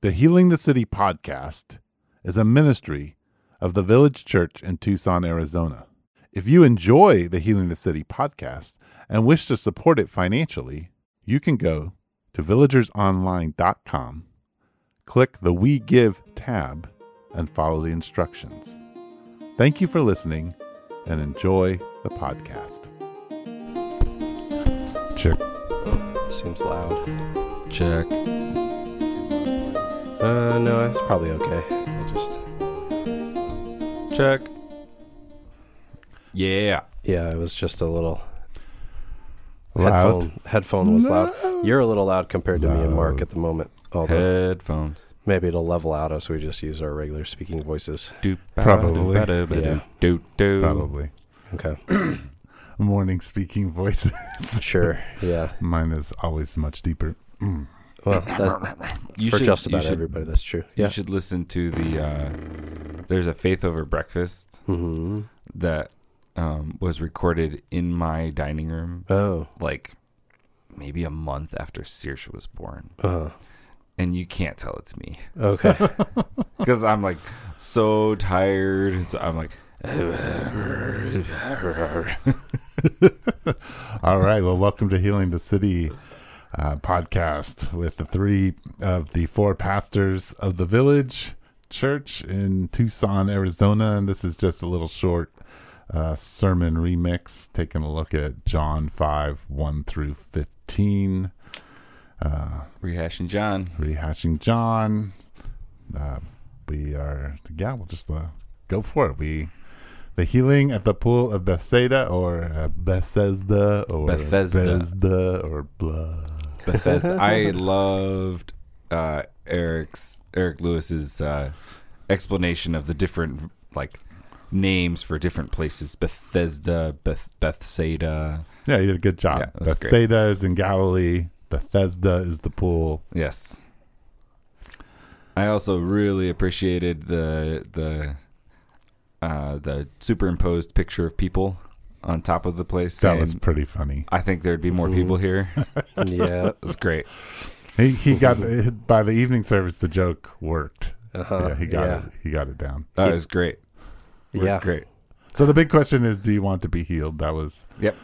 The Healing the City podcast is a ministry of the Village Church in Tucson, Arizona. If you enjoy the Healing the City podcast and wish to support it financially, you can go to villagersonline.com, click the We Give tab, and follow the instructions. Thank you for listening and enjoy the podcast. Check. Seems loud. Check. Uh, no, it's probably okay. I just, Check. Yeah. yeah, it was just a little Loud. headphone. Headphone was loud. You're a little loud compared to me and Mark Loud. at the moment. Although Headphones. maybe it'll level out us. We just use our regular speaking voices. Doop, ba, Probably. doop, ba, doop, ba, Yeah. doop, doop. Probably. Okay, Morning speaking voices. sure. Yeah. Mine is always much deeper. Mm. Well, that, You for should, just you about should- everybody, that's true. You should listen to the. Uh, there's a Faith Over Breakfast hmm that um, was recorded in my dining room, Oh. like maybe a month after Searsha was born, Uh. and you can't tell it's me Okay. because I'm like so tired. And so I'm like, All right. Well, welcome to Healing the City uh, podcast with the three of the four pastors of the village church in Tucson, Arizona. And this is just a little short uh, sermon remix, taking a look at John 5 1 through 15, uh, rehashing John. rehashing John. Uh, we are, yeah, we'll just uh, go for it. We. The healing at the pool of Bethsaida, or uh, Bethesda, or Bethesda. Bethesda, or blah. Bethesda. I loved uh, Eric's Eric Lewis's uh, explanation of the different like names for different places: Bethesda, Beth, Bethsaida. Yeah, you did a good job. Yeah, that's great. Bethsaida is in Galilee. Bethesda is the pool. Yes. I also really appreciated the the uh, the superimposed picture of people on top of the place. That and was pretty funny. I think there'd be more people here. yeah. It's great. He he got by the evening service. The joke worked. Uh-huh. Uh, yeah, he got yeah. it. He got it down. That was great. Yeah. great. So the big question is, do you want to be healed? That was Yep.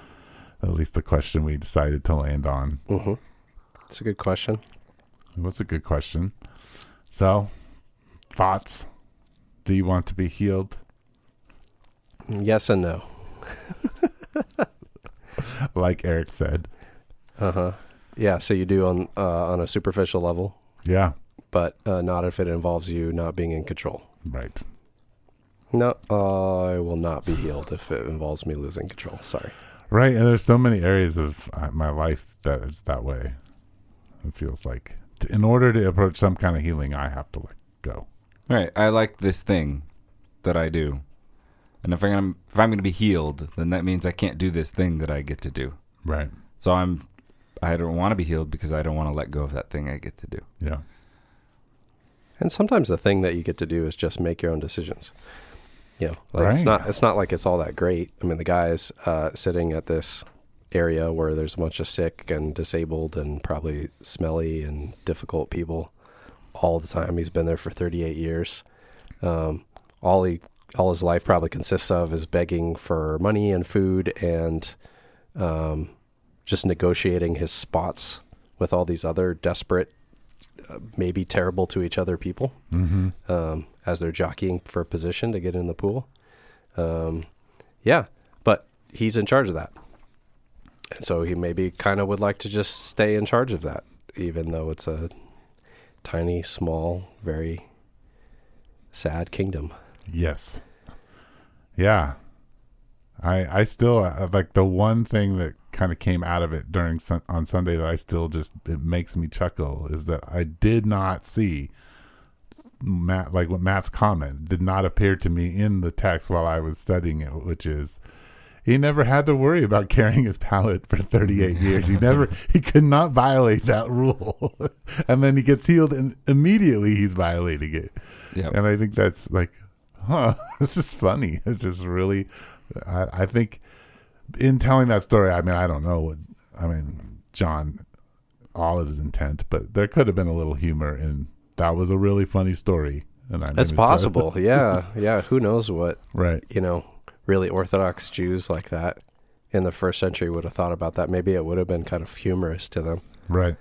at least the question we decided to land on. hmm It's a good question. It was a good question. So thoughts? Do you want to be healed? Yes and no. Like Eric said, Uh huh. Yeah. So you do on uh, on a superficial level, yeah, but uh, not if it involves you not being in control. right. No, I will not be healed if it involves me losing control. Sorry. Right, and there's so many areas of uh, my life that it's that way. It feels like T- in order to approach some kind of healing, I have to let go. All right, I like this thing that I do, and if I'm gonna, if I'm gonna be healed, then that means I can't do this thing that I get to do. Right. So I'm, I don't want to be healed because I don't want to let go of that thing I get to do. Yeah. And sometimes the thing that you get to do is just make your own decisions. You know, like Right. it's not it's not like it's all that great. I mean, the guys uh, sitting at this area where there's a bunch of sick and disabled and probably smelly and difficult people all the time. He's been there for 38 years. Um, all he all his life probably consists of is begging for money and food and um, just negotiating his spots with all these other desperate, uh, maybe terrible to each other people Mm-hmm. um, as they're jockeying for position to get in the pool. Um, yeah, but he's in charge of that. And so he maybe kind of would like to just stay in charge of that, even though it's a tiny, small, very sad kingdom. Yes. Yeah. I I still uh, like the one thing that kind of came out of it during sun, on Sunday that I still just it makes me chuckle is that I did not see Matt like what Matt's comment did not appear to me in the text while I was studying it, which is he never had to worry about carrying his pallet for 38 years. He never he could not violate that rule, and then he gets healed and immediately he's violating it Yeah, and I think that's like, huh, it's just funny. It's just really, I, I think in telling that story, I mean, I don't know what, I mean, John, all of his intent, but there could have been a little humor in that was a really funny story. And I made It's me tell it. possible. yeah. Yeah. Who knows what, right? you know, really Orthodox Jews like that in the first century would have thought about that. Maybe it would have been kind of humorous to them. Right.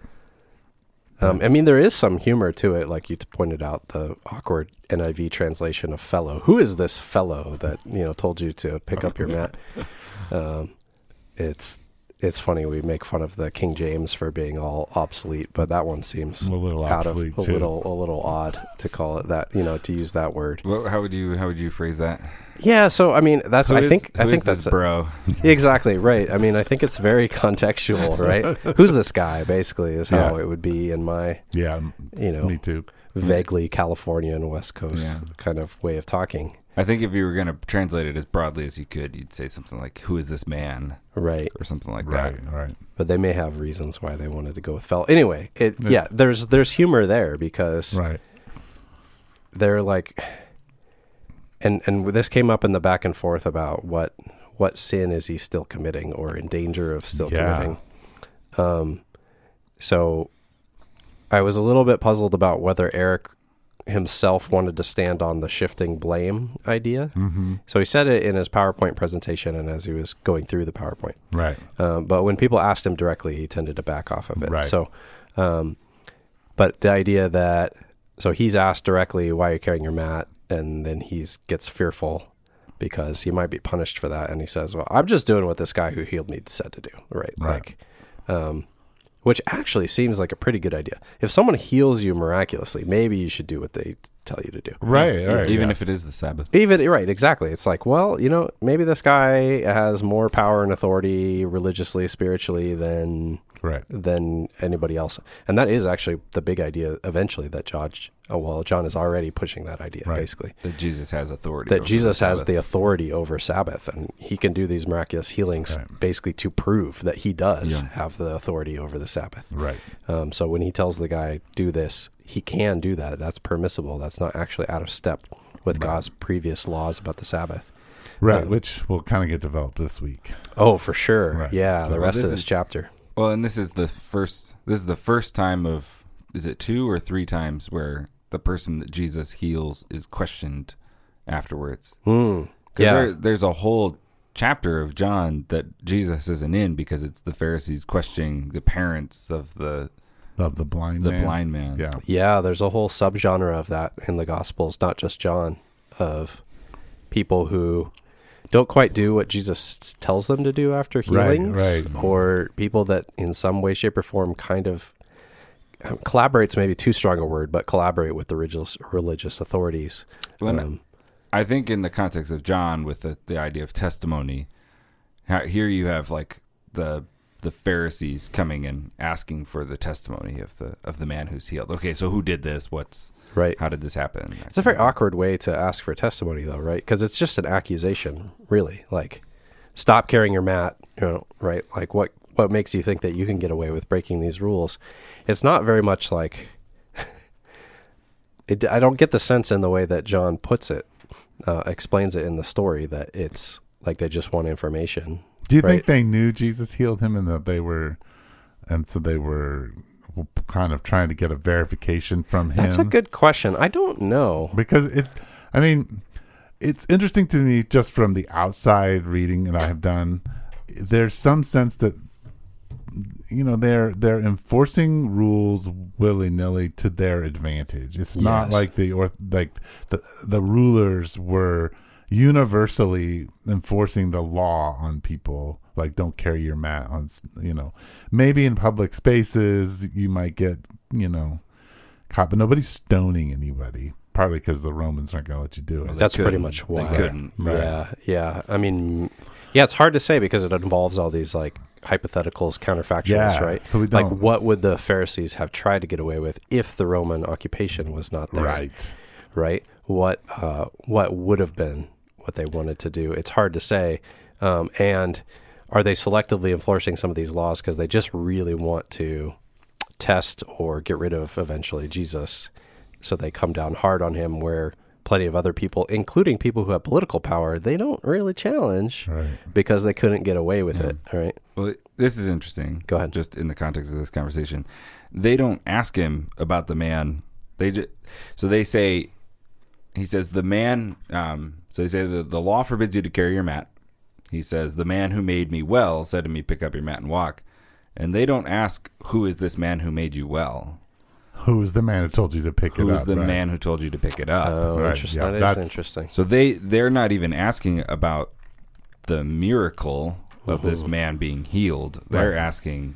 Um, I mean, there is some humor to it, like you t- pointed out, the awkward NIV translation of "fellow." Who is this fellow that you know told you to pick up your mat? Um, it's it's funny. We make fun of the King James for being all obsolete, but that one seems A little out of obsolete, a too. little a little odd to call it that. You know, to use that word. Well, how would you how would you phrase that? Yeah. So I mean, that's Who I is- think I who is think this that's bro. exactly right. I mean, I think it's very contextual, right? Who's this guy? Basically, is how Yeah. it would be in my Yeah. m- you know Me too. vaguely California and West Coast Yeah. kind of way of talking. I think if you were going to translate it as broadly as you could, you'd say something like "Who is this man?" Right. or something like right. that. Right. But they may have reasons why they wanted to go with fellow. Anyway, it Yeah. yeah, there's there's humor there because Right. they're like and and this came up in the back and forth about what what sin is he still committing or in danger of still Yeah. committing. Um so I was a little bit puzzled about whether Eric himself wanted to stand on the shifting blame idea Mm-hmm. So he said it in his PowerPoint presentation and as he was going through the PowerPoint. Right. Um, but when people asked him directly, he tended to back off of it. Right. So, um, but the idea that so he's asked directly why you're carrying your mat, and then he's gets fearful because he might be punished for that, and he says, "Well, I'm just doing what this guy who healed me said to do." Right. Right. Like, um, which actually seems like a pretty good idea. If someone heals you miraculously, maybe you should do what they tell you to do. Right. Right. Even yeah. if it is the Sabbath. Even right, exactly. It's like, well, you know, maybe this guy has more power and authority religiously, spiritually than right. than anybody else. And that is actually the big idea eventually that John oh, well, John is already pushing that idea Right. basically. That Jesus has authority. That over Jesus the has Sabbath. the authority over Sabbath and he can do these miraculous healings Right. basically to prove that he does Yeah. have the authority over the Sabbath. Right. Um, so when he tells the guy, do this, he can do that. That's permissible. That's not actually out of step with Right. God's previous laws about the Sabbath. Right. Um, Which will kind of get developed this week. Oh, for sure. Right. Yeah, So the that rest of is- this chapter. Well, and this is the first. This is the first time of is it two or three times where the person that Jesus heals is questioned afterwards. Hmm. Mm. Because Yeah. there, there's a whole chapter of John that Jesus isn't in because it's the Pharisees questioning the parents of the Of the blind. the man. blind man. Yeah. Yeah, there's a whole subgenre of that in the Gospels, not just John, of people who don't quite do what Jesus s- tells them to do after Right, Mm-hmm. healings, right. or people that in some way, shape, or form kind of um, collaborates maybe too strong a word, but collaborate with the religious, religious authorities. When- Um, I think in the context of John with the, the idea of testimony, how, here you have like the the Pharisees coming and asking for the testimony of the of the man who's healed. Okay, so who did this? What's right. how did this happen? It's a very awkward way to ask for testimony, though, right? Because it's just an accusation, really. Like, stop carrying your mat, you know, right? Like, what what makes you think that you can get away with breaking these rules? It's not very much like. it, I don't get the sense in the way that John puts it, uh, explains it in the story that it's like they just want information. Do you think Right. they knew Jesus healed him and that they were, and so they were kind of trying to get a verification from him? That's a good question. I don't know. because it i mean it's interesting to me just from the outside reading that i have done there's some sense that you know they're they're enforcing rules willy-nilly to their advantage it's not Yes. like the or like the the rulers were universally enforcing the law on people like don't carry your mat on s- you know maybe in public spaces you might get you know caught but nobody's stoning anybody partly because the romans aren't going to let you do it Well, they That's pretty couldn't. much They why. couldn't. Right. Yeah, yeah. I mean, yeah, it's hard to say because it involves all these like hypotheticals, counterfactuals, Yeah, right? so we like, don't- what would the Pharisees have tried to get away with if the Roman occupation was not there? right right? What uh, what would have been what they wanted to do? It's hard to say. Um, and are they selectively enforcing some of these laws because they just really want to test or get rid of eventually Jesus? So they come down hard on him, where plenty of other people, including people who have political power, they don't really challenge right because they couldn't get away with it. All right, Well, this is interesting. Go ahead. Just in the context of this conversation, they don't ask him about the man They just, so they say he says the man. Um, so they say the, the law forbids you to carry your mat. He says the man who made me well said to me, pick up your mat and walk. And they don't ask who is this man who made you well. Who is the man who told you to pick it up? Who's the right? man who told you to pick it up? Oh, Right, interesting. yeah, that is that's- interesting. So they they're not even asking about the miracle of this man being healed. They're Right. asking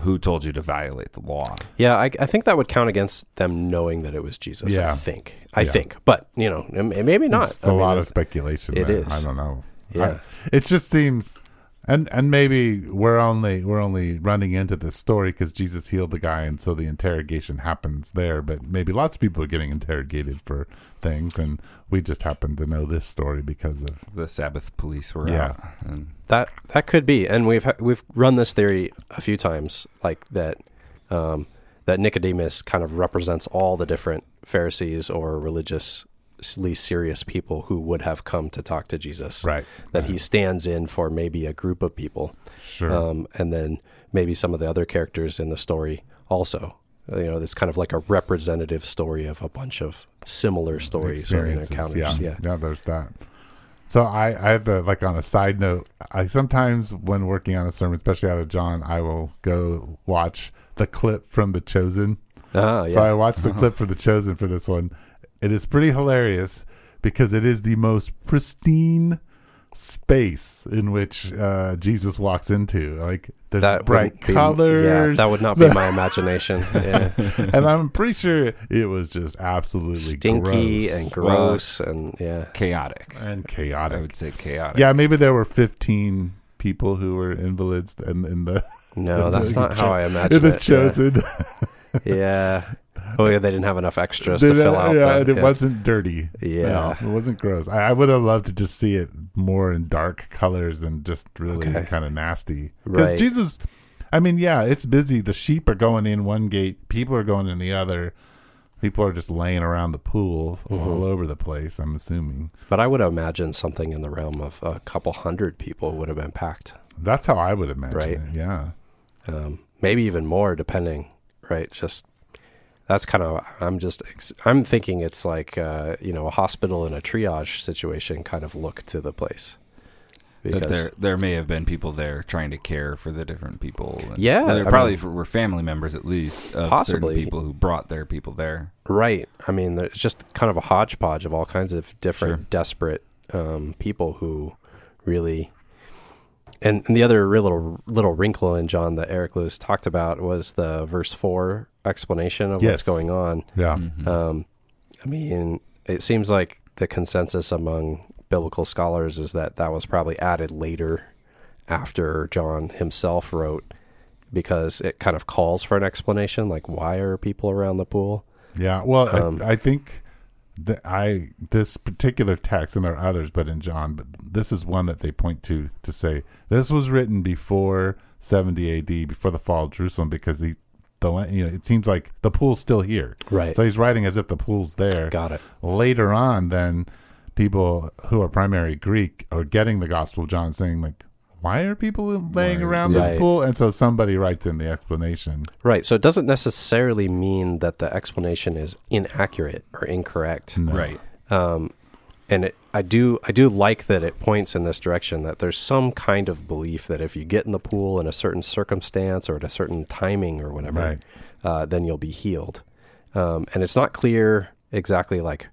who told you to violate the law. Yeah, I, I think that would count against them knowing that it was Jesus. I Yeah. think. I Yeah. think, but you know, m- maybe not. It's I a mean, lot of speculation. it there. is. I don't know. Yeah. I- it just seems, and and maybe we're only we're only running into this story because Jesus healed the guy, and so the interrogation happens there. But maybe lots of people are getting interrogated for things, and we just happen to know this story because of The Sabbath police were Yeah. out. And that that could be, and we've ha- we've run this theory a few times, like that um, that Nicodemus kind of represents all the different Pharisees or religiously serious people who would have come to talk to Jesus. right. That he stands in for maybe a group of people. Sure. um, and then maybe some of the other characters in the story also. You know, it's kind of like a representative story of a bunch of similar stories or encounters. Yeah, Yeah. there's that. So I, I have to like on a side note, I sometimes when working on a sermon, especially out of John, I will go watch the clip from The Chosen. Ah, So yeah. I watched the clip for The Chosen for this one. It is pretty hilarious because it is the most pristine space in which uh, Jesus walks into. Like there's that bright wouldn't be- colors. yeah, that would not be my imagination. Yeah. and I'm pretty sure it was just absolutely Stinky gross and gross, and yeah, chaotic. and I chaotic. would say chaotic. Yeah, maybe there were 15 people who were invalids in, in the no, that's not how I in imagine the it. chosen. Yeah. yeah. Oh yeah, they didn't have enough extras Did to fill it- out. yeah, the- and it yeah. wasn't dirty. Yeah. No, it wasn't gross. I, I would have loved to just see it more in dark colors and just really Okay. kind of nasty. Because Right. Jesus, I mean, yeah, it's busy. The sheep are going in one gate, people are going in the other. People are just laying around the pool Mm-hmm. all over the place. I'm assuming But I would imagine something in the realm of a couple hundred people would have been packed. that's how I would imagine Right. it. Yeah, um, maybe even more depending right just that's kind of i'm just ex- i'm thinking it's like uh, you know a hospital in a triage situation kind of look to the place That there, there may have been people there trying to care for the different people. And Yeah, there I probably were family members at least of Possibly. certain people who brought their people there. right i mean it's just kind of a hodgepodge of all kinds of different Sure. desperate um, people who really and, and the other real little little wrinkle in john that eric lewis talked about was the verse 4 explanation of Yes. what's going on yeah. Um, I mean, it seems like the consensus among biblical scholars is that that was probably added later after John himself wrote because it kind of calls for an explanation like why are people around the pool? Yeah. Well, I- Um, I, think that I this particular text, and there are others, but in John, but this is one that they point to to say this was written before 70 A.D. before the fall of Jerusalem, because he, the la- you know, it seems like the pool's still here, Right. so he's writing as if the pool's there. Got it. Later on, then people who are primary Greek are getting the Gospel of John, saying like. Why are people laying Right. around Right. this pool? And so somebody writes in the explanation. Right. So it doesn't necessarily mean that the explanation is inaccurate or incorrect. No. Right. um, and it, I do I do like that it points in this direction that there's some kind of belief that if you get in the pool in a certain circumstance or at a certain timing or whatever, Right. uh, then you'll be healed. Um, and it's not clear exactly like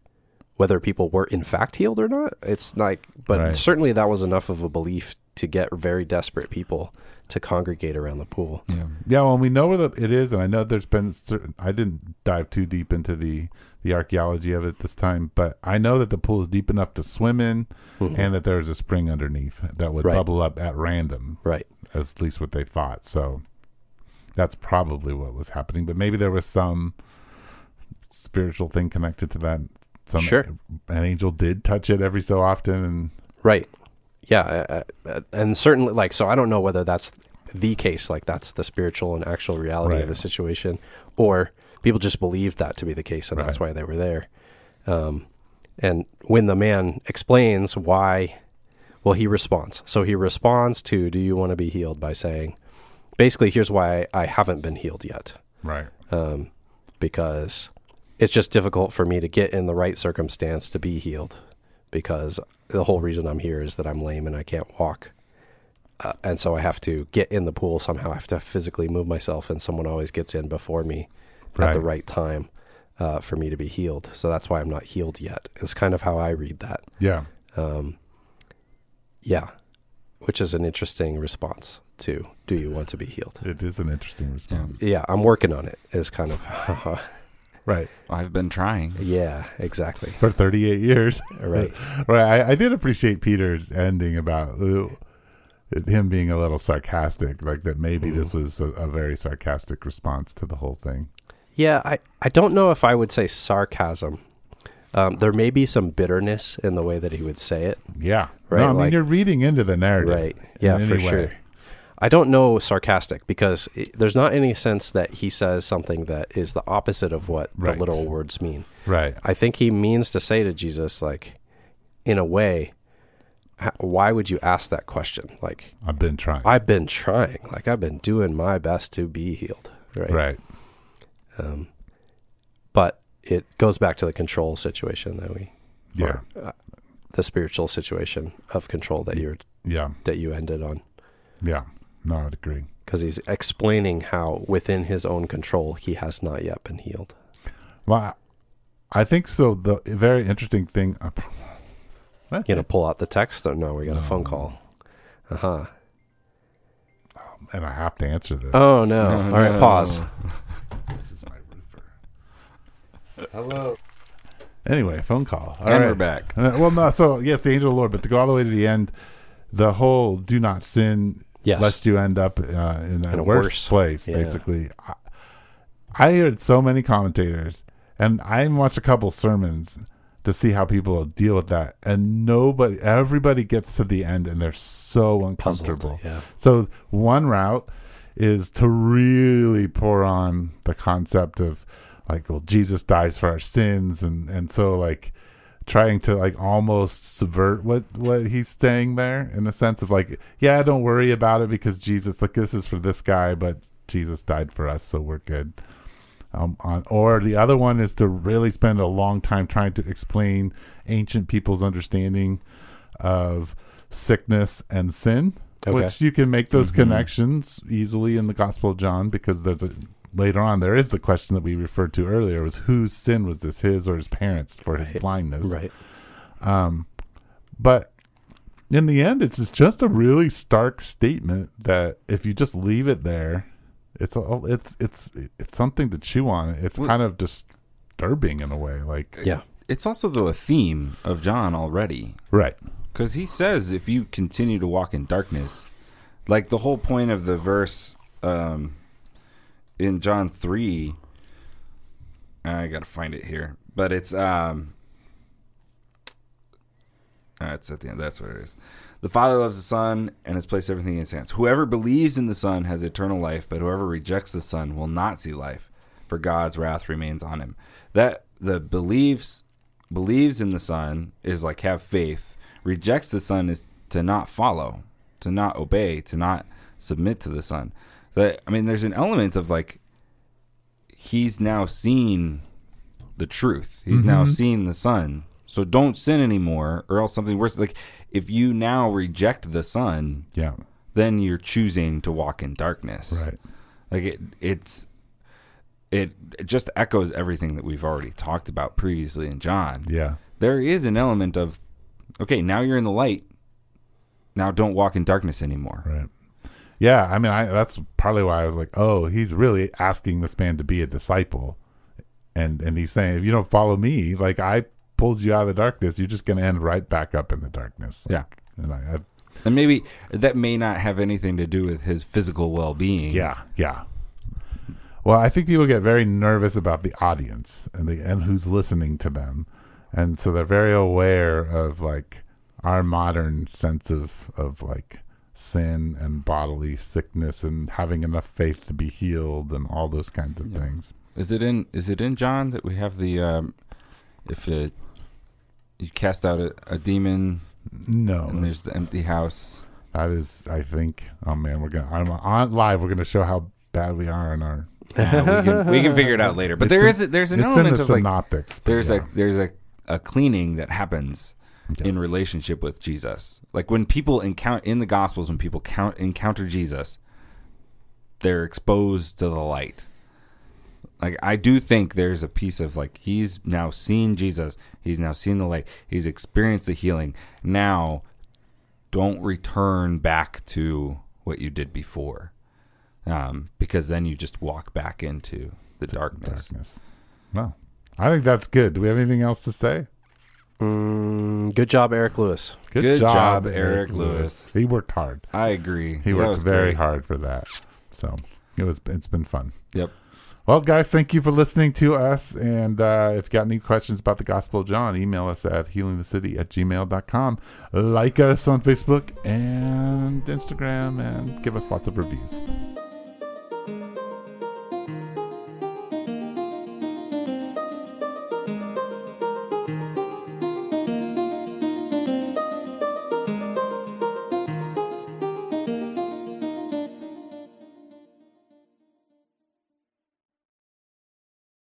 whether people were in fact healed or not. It's like, but Right. certainly that was enough of a belief to get very desperate people to congregate around the pool. Yeah. Yeah, well, we know where the, it is, and I know there's been certain. I didn't dive too deep into the the archaeology of it this time, but I know that the pool is deep enough to swim in, and that there is a spring underneath that would Mm-hmm. Right. bubble up at random. Right. That's at least what they thought. So that's probably what was happening. But maybe there was some spiritual thing connected to that. Some Sure. an angel did touch it every so often, and Right. Yeah, uh, uh, and certainly, like, so I don't know whether that's the case, like that's the spiritual and actual reality of Right. the situation, or people just believed that to be the case, and that's why they were there. Um, and when the man explains why, well, he responds. So he responds to, "Do you want to be healed?" by saying, basically, "Here's why I haven't been healed yet." right, um, because it's just difficult for me to get in the right circumstance to be healed because the whole reason I'm here is that I'm lame and I can't walk. Uh, and so I have to get in the pool somehow. I have to physically move myself, and someone always gets in before me at the right time uh, for me to be healed. So that's why I'm not healed yet. Is kind of how I read that. Yeah. Um, yeah, which is an interesting response to "Do you want to be healed?" It is an interesting response. Yeah, I'm working on it. Is kind of Right. I've been trying. yeah, exactly For 38 years. right. right. I, I did appreciate Peter's ending about uh, him being a little sarcastic, like that maybe Mm-hmm. this was a, a very sarcastic response to the whole thing. Yeah, I, I don't know if I would say sarcasm. Um, there may be some bitterness in the way that he would say it. Yeah. Right, No, I mean, like- you're reading into the narrative. Right. in Yeah, any for way. sure. I don't know sarcastic because i there's not any sense that he says something that is the opposite of what Right. the little words mean. Right. I think he means to say to Jesus, like, in a way, h- why would you ask that question? Like, I've been trying. I've been trying, like, I've been doing my best to be healed. Right. right. Um, but it goes back to the control situation that we Yeah. the spiritual situation of control that you Yeah. that you ended on Yeah. No, I'd agree. because he's explaining how within his own control he has not yet been healed. Well, I- I think so. The very interesting thing. What? You know, pull out the text. Oh, no, we got a No. phone call. Uh huh. And I have to answer this. Oh no. All right, pause. This is my roofer. Hello. Anyway, phone call. All and right. we're back. Uh, well, no. So yes, the angel of the Lord. But to go all the way to the end, the whole "do not sin, Yes. lest you end up uh, in a In a worse, worse- place." yeah. Basically, I, I heard so many commentators, and I even watched a couple sermons to see how people deal with that. And nobody, everybody gets to the end, and they're so uncomfortable. Yeah. So one route is to really pour on the concept of like, well, Jesus dies for our sins, and and so like trying to like almost subvert what what he's saying there in the sense of like, yeah, don't worry about it because Jesus, like this is for this guy, but Jesus died for us, so we're good. Um, on, or the other one is to really spend a long time trying to explain ancient people's understanding of sickness and sin, Okay. which you can make Mm-hmm. those connections easily in the Gospel of John because there's a later on there is the question that we referred to earlier was whose sin was this his or his parents for his Right. blindness Right. but in the end it's it's just a really stark statement that if you just leave it there it's all it's it's it's something to chew on it's Well- kind of disturbing in a way like Yeah. It's also though a theme of John already. right Because he says, if you continue to walk in darkness, like the whole point of the verse um, in John 3, I got to find it here, but it's, um, uh, it's at the end. That's what it is. The Father loves the Son and has placed everything in his hands. Whoever believes in the Son has eternal life, but whoever rejects the Son will not see life, for God's wrath remains on him. That the believes believes in the Son is like have faith. Rejects the Son is to not follow, to not obey, to not submit to the Son. That I mean, there's an element of like he's now seen the truth. He's now Mm-hmm. seen the Son. So don't sin anymore, or else something worse. Like if you now reject the Son, yeah then you're choosing to walk in darkness. right Like it, it's it, it just echoes everything that we've already talked about previously in John yeah there is an element of okay now you're in the light now don't walk in darkness anymore right yeah i mean i that's partly why i was like oh he's really asking this man to be a disciple and and he's saying if you don't follow me like i pulled you out of the darkness you're just going to end right back up in the darkness Yeah. and I, I and maybe that may not have anything to do with his physical well-being Yeah, yeah. Well, I think people get very nervous about the audience and the and who's listening to them, and so they're very aware of like our modern sense of of like sin and bodily sickness and having enough faith to be healed and all those kinds of things. is it in is it in john that we have the um if it, you cast out a, a demon No, and there's the empty house that is I think. Oh man, we're gonna I'm on live. We're gonna show how bad we are in our Uh, we can we can figure it out later. But there It's is a, there's an it's in element the of like synoptics. but there's yeah. a there's a, a cleaning that happens Okay. in relationship with Jesus. Like when people encounter in the Gospels, when people count encounter Jesus, they're exposed to the light. Like I do think there's a piece of like he's now seen Jesus, he's now seen the light, he's experienced the healing. Now, don't return back to what you did before, um, because then you just walk back into the darkness. darkness. No, I think that's good. Do we have anything else to say? Mm, good job, Eric Lewis. Good, Good job, Eric Lewis. He worked hard. I agree. He That worked was very great. hard for that. So it was. It's been fun. Yep. Well, guys, thank you for listening to us. And uh, if you got any questions about the Gospel of John, email us at healingthecity at gmail.com. Like us on Facebook and Instagram and give us lots of reviews.